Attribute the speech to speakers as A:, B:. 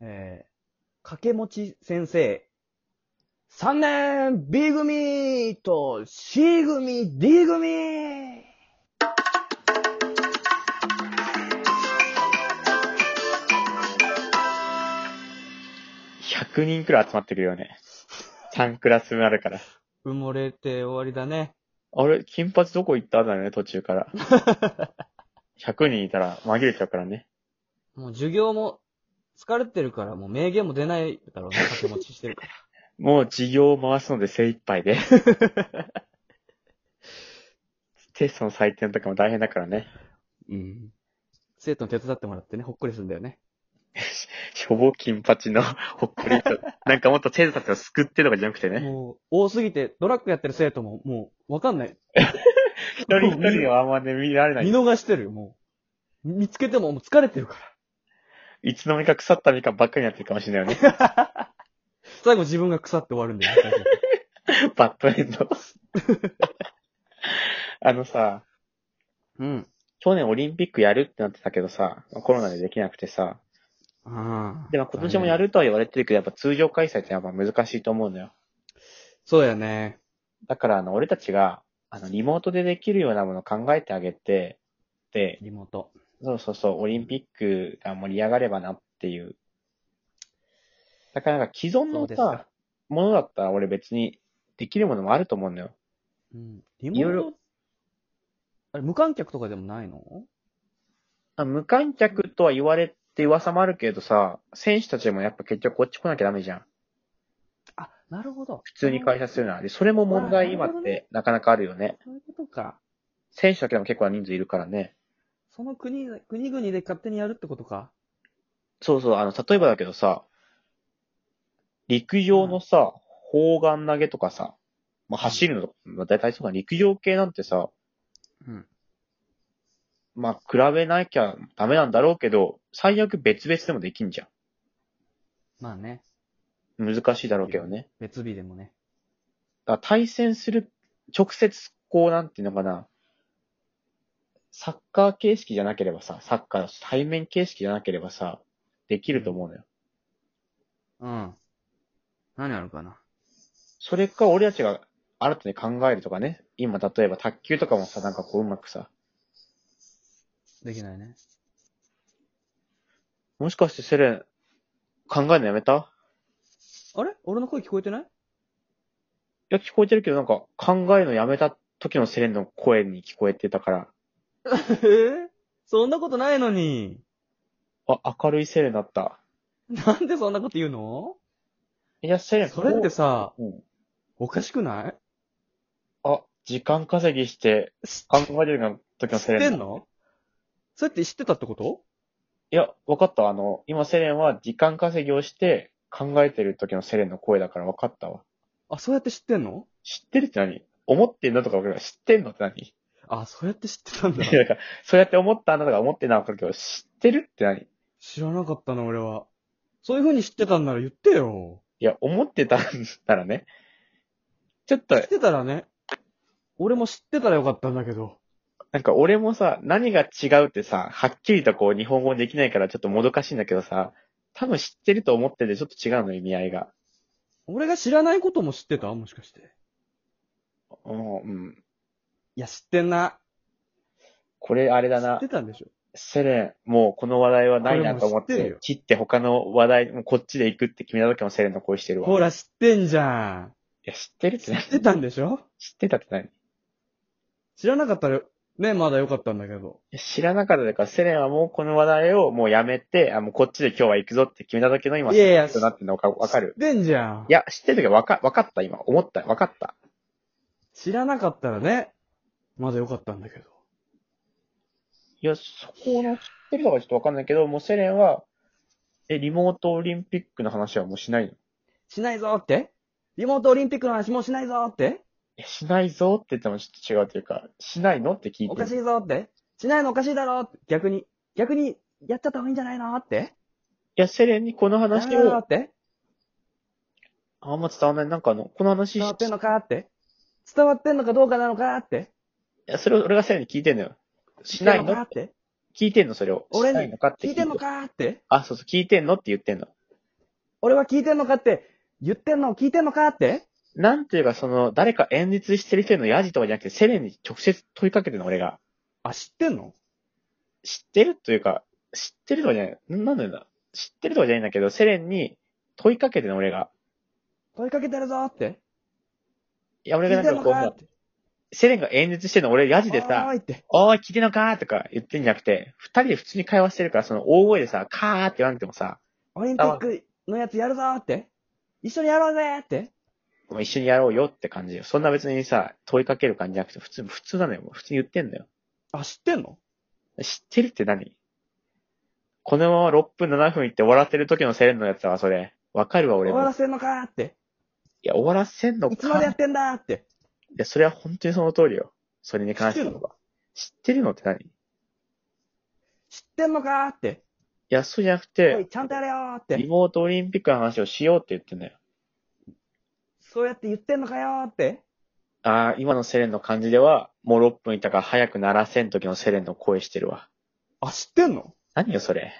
A: えー、掛け持ち先生。3年 B 組と C 組、D 組
B: 100人くらい集まってくるよね。3クラス分あるから。
A: 埋もれて終わりだね。
B: あれ、金髪どこ行っただよね、途中から。100人いたら紛れちゃうからね。
A: もう授業も疲れてるから、もう名言も出ないだ ろうね、掛け持ちしてるから。
B: もう授業を回すので精一杯で。テストの採点とかも大変だからね。
A: うん。生徒に手伝ってもらってね、ほっこりするんだよね。
B: しょぼ金髪のほっこりと。なんかもっと生徒たちを救ってとかじゃなく てね。
A: もう、多すぎて、ドラッグやってる生徒も、もう、わかんない。
B: 一人一人はあんまね、見られな
A: 見
B: い。
A: 逃してるよ、もう。見つけても、もう疲れてる から。
B: いつの間にか腐ったみかんばっかりになってるかもしれないよね。
A: 最後自分が腐って終わるんだよね。
B: バッドエンド。あのさ、
A: うん。
B: 去年オリンピックやるってなってたけどさ、コロナでできなくてさ、
A: ああ。
B: でも今年もやるとは言われてるけど、やっぱ通常開催ってやっぱ難しいと思うのよ。
A: そうやね。
B: だから、あの、俺たちが、あの、リモートでできるようなものを考えてあげて、で、
A: リモート。
B: そうそうそう、オリンピックが盛り上がればなっていう。だからなんか既
A: そ
B: 存
A: う
B: の
A: ですか
B: さ、ものだったら俺別にできるものもあると思うのよ。
A: うん。リモ
B: いろい
A: ー
B: ろ
A: トあれ、無観客とかでもないの
B: あ無観客とは言われて噂もあるけどさ、選手たちもやっぱ結局こっち来なきゃダメじゃん。
A: あ、なるほど。
B: 普通に会社するなら。で、それも問
A: あ
B: 題
A: ー
B: 今ってなかなかあるよね。
A: そういうことか。
B: 選手だけでも結構な人数いるからね。
A: その国、国々で勝手にやるってことか。
B: そうそう、あの、例えばだけどさ、陸上のさ、砲丸投げとかさ、まあ、走るのとか、まあ、大体そうか、陸上系なんてさ、
A: うん。
B: まあ、比べなきゃダメなんだろうけど、最悪別々でもできんじゃ
A: まあね。
B: ん。難しいだろうけどね。
A: 別日でもね。
B: だから対戦する、直接、こう、なんていうのかな、サッカー形式じゃなければさ、サッカーだし対面形式じゃなければさ、できると思うのよ。
A: うん。何あるかな。
B: それか、俺たちが新たに考えるとかね。今、例えば卓球とかもさ、なんかこう、うまくさ。
A: できないね。
B: もしかして、セレン、考えるのやめた
A: あれ俺の声聞こえてない
B: いや、聞こえてるけど、なんか、考えるのやめた時のセレンの声に聞こえてたから、
A: えーそんなことないのに。
B: あ、明るいセレンだった。
A: なんでそんなこと言うの
B: いや、セレン、
A: それって
B: こ
A: さ、
B: う、うん、
A: おかしくない
B: あ、時間稼ぎして、
A: 知
B: 考えてるの時のセ
A: って
B: レンだ。
A: んのそれって知ってたってこと
B: いや、わかった。あの、今、セレンは時間稼ぎをして、考えてる時のセレンの声だからわかったわ。
A: あ、そうやって知ってんの
B: 知ってるって何思ってんのとかわかるけど知ってんのって何
A: あ、そうやって知ってたんだ
B: い。やだから、そうやって思ったんだとか思ってなかったけど、知ってるって何い
A: 知らなかったな、俺は。そういう風に知ってたんなら言ってよ。
B: や、思ってたんならね。ちょっと
A: 知っ、てたらね、俺も知ってたらよかったんだけど。
B: なんか俺もさ、何が違うってさ、はっきりとこう日本語にできないからちょっともどかしいんだけどさ、多分知ってると思っててちょっと違うの意味合いが。
A: 俺が知らないことも知ってたもしかして。
B: うん、うん。
A: いや、知ってんな。
B: これあれだ
A: 知っ
B: な
A: て。たんでしょ。
B: セレン、もうこの話題はないなと思っ
A: これもう知ってる
B: て
A: よ、
B: 切って他の話題、もうこっちで行くって決めた時もセレンの声してるわ。
A: ほ
B: い
A: ら、知ってんじゃん。
B: や、知ってるって
A: 知
B: 何
A: ってたんでしょ
B: 知ってたって何い
A: 知らなかったら、ね、まだよかったんだけど。
B: や知らなかったから、セレンはもうこの話題をもうやめて、あ、もうこっちで今日は行くぞって決めた時の今、
A: いやいや
B: そうなってるのかわかる
A: 知ってんじゃん。
B: いや、知ってる時はわか、わかった今。思った。わかった。
A: 知らなかったらね、まだよかったんだけど。
B: いや、そこの知ってるとかちょっとわかんないけど、もうセレンは、え、リモートオリンピックの話はもうしないの
A: しないぞーってリモートオリンピックの話もうしないぞーって
B: え、しないぞって言ってもちょっと違うというか、しないのって聞いて
A: おかし
B: る。
A: いぞーってしないのおかしいだろーって逆に、逆に、やっちゃった方がいいんじゃないのーって
B: いや、セレンにこの
A: ダメ
B: 話
A: だろー
B: を、
A: って
B: あんま伝わんない。なんかあの、この話し、い
A: 伝わってんのかーって伝わってんのかどうかなのかーって
B: や、それを俺がセレンに聞いてんのよ。しない
A: 聞いてんの
B: の
A: かーって
B: 聞いてんのそれを。
A: 俺に
B: しないのかって
A: 聞いてんのかーって
B: あ、そうそう、聞いてんのって言ってんの。
A: 俺は聞いてんのかって、言ってんの聞いてんのかって
B: なんていうか、その、誰か演説してる人へのヤジとかじゃなくて、セレンに直接問いかけてるの、俺が。
A: あ、知ってんの
B: 知ってるというか、知ってるとかじゃない、なんだよな。知ってるとかじゃないんだけど、セレンに問いかけてるの、俺が。
A: 問いかけてるぞって。
B: いや、俺
A: 聞
B: が
A: いて
B: なん
A: の
B: んかこう、
A: か
B: も
A: って。
B: うセレンが演説してるの、俺ヤジで
A: お
B: さ、
A: ーいって。
B: おーい、聞いてんのかーとか言ってんじゃなくて、二人で普通に会話してるから、その大声でさ、カーって言わなくてもさ、
A: オリンピックのやつやるぞって。一緒にやろうぜって。
B: もう一緒にやろうよって感じよ。そんな別にさ、問いかける感じじゃなくて、普通、普通なのよ。もう普通に言ってんだよ。
A: あ、知ってんの
B: 知ってるって何このまま6分7分いって終わらせる時のセレンのやつだわ、それ。わかるわ、俺
A: 終わ
B: も。
A: らせんのかって。
B: いや、終わらせんのか。
A: いつまでやってんだって。
B: いや、それは本当にその通りよ。それに関しては。
A: 知ってる
B: 知ってるのって何い
A: 知ってんのかって。
B: や、そうじゃなく
A: おい、
B: て、
A: ちゃんとやれよって
B: リ。モートオリンピックの話をしようって言ってんだよ。
A: そうやって言ってんのかよって。
B: ああ、今のセレンの感じでは、もう6分いったから早く鳴らせん時のセレンの声してるわ。
A: あ、知ってんの
B: 何よ、それ。